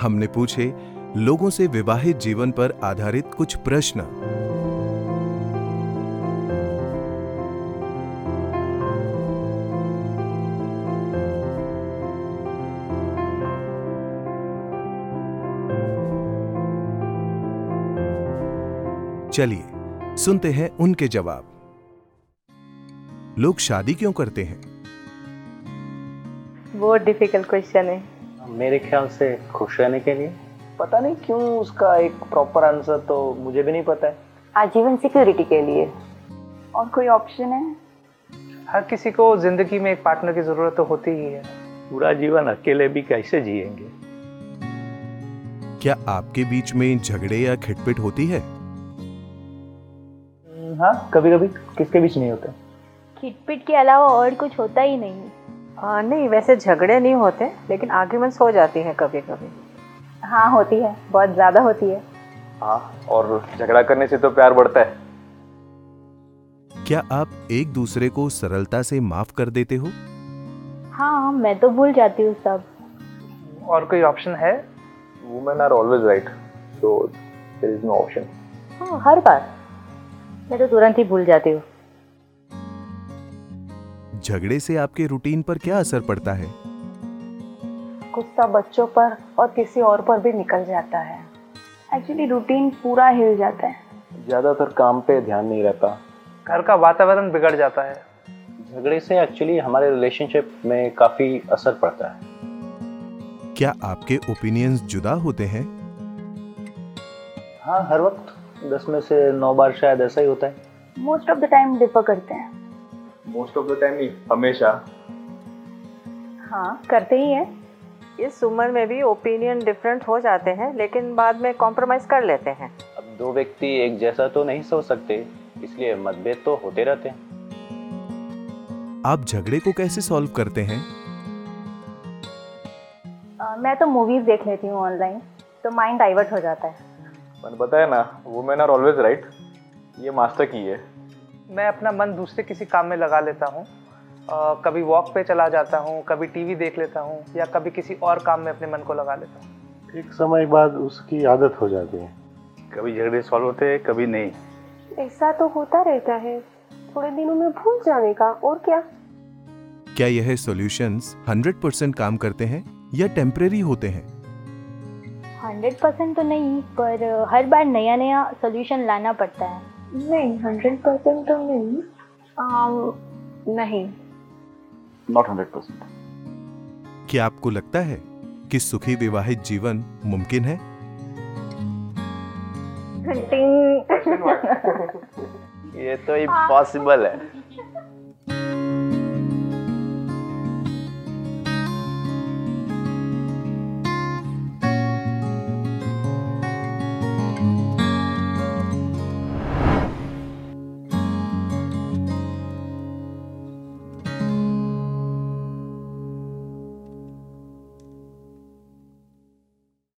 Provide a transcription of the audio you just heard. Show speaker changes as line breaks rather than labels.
हमने पूछे लोगों से विवाहित जीवन पर आधारित कुछ प्रश्न चलिए सुनते हैं उनके जवाब लोग शादी क्यों करते हैं
बहुत डिफिकल्ट क्वेश्चन है
मेरे ख्याल से खुश रहने के लिए
पता नहीं क्यों उसका एक प्रॉपर आंसर तो मुझे भी नहीं पता है
आजीवन सिक्योरिटी के लिए
और कोई ऑप्शन है
हर किसी को जिंदगी में एक पार्टनर की जरूरत तो होती ही है
पूरा जीवन अकेले भी कैसे जिएंगे
क्या आपके बीच में झगड़े या खिटपिट होती है
हम्म, हाँ कभी कभी किसके बीच नहीं होता
खिटपिट के अलावा और कुछ होता ही नहीं
आ, नहीं वैसे झगड़े नहीं होते लेकिन आर्ग्यूमेंट्स हो जाती हैं कभी कभी
हाँ होती है बहुत ज़्यादा होती है
हाँ और झगड़ा करने से तो प्यार बढ़ता है
क्या आप एक दूसरे को सरलता से माफ कर देते हो
हाँ मैं तो भूल जाती हूँ सब
और कोई ऑप्शन है
women are always right so there is no option
हाँ हर बार मैं तो तुरंत ही भूल जाती हूँ
झगड़े से आपके रूटीन पर क्या असर पड़ता है
गुस्सा बच्चों पर और किसी और पर भी निकल जाता है
एक्चुअली रूटीन पूरा हिल जाता है
ज्यादातर काम पे ध्यान नहीं रहता
घर का वातावरण बिगड़ जाता है
झगड़े से एक्चुअली हमारे रिलेशनशिप में काफ़ी असर पड़ता है
क्या आपके ओपिनियंस जुदा होते हैं
हाँ हर वक्त दस में से नौ बार शायद ऐसा ही होता है
most of the time differ करते हैं
मोस्ट ऑफ द टाइम नहीं हमेशा
हाँ करते ही है
इस उम्र में भी ओपिनियन डिफरेंट हो जाते हैं लेकिन बाद में कॉम्प्रोमाइज़ कर लेते हैं
अब दो व्यक्ति एक जैसा तो नहीं सोच सकते इसलिए मतभेद तो होते रहते हैं
आप झगड़े को कैसे सॉल्व करते हैं
अ, मैं तो मूवीज़ देख लेती हूँ ऑनलाइन तो माइंड डाइवर्ट हो जाता है
पर पता है ना वुमेन आर ऑलवेज राइट ये मास्टर की है
मैं अपना मन दूसरे किसी काम में लगा लेता हूँ अ, कभी वॉक पे चला जाता हूँ कभी टीवी देख लेता हूँ या कभी किसी और काम में अपने मन को लगा लेता हूँ
एक समय बाद उसकी आदत हो जाती है
कभी झगड़े सॉल्व होते हैं कभी नहीं
ऐसा तो होता रहता है थोड़े दिनों में भूल जाने का और क्या
क्या यह सॉल्यूशंस 100% काम करते हैं या टेम्परेरी होते हैं
हंड्रेड परसेंट तो नहीं पर अ, हर बार नया नया सोल्यूशन लाना पड़ता है
नहीं हंड्रेड परसेंट तो नहीं आम, नहीं
नॉट हंड्रेड परसेंट
क्या आपको लगता है कि सुखी विवाहित जीवन मुमकिन है
Ding.
ये तो इम्पॉसिबल है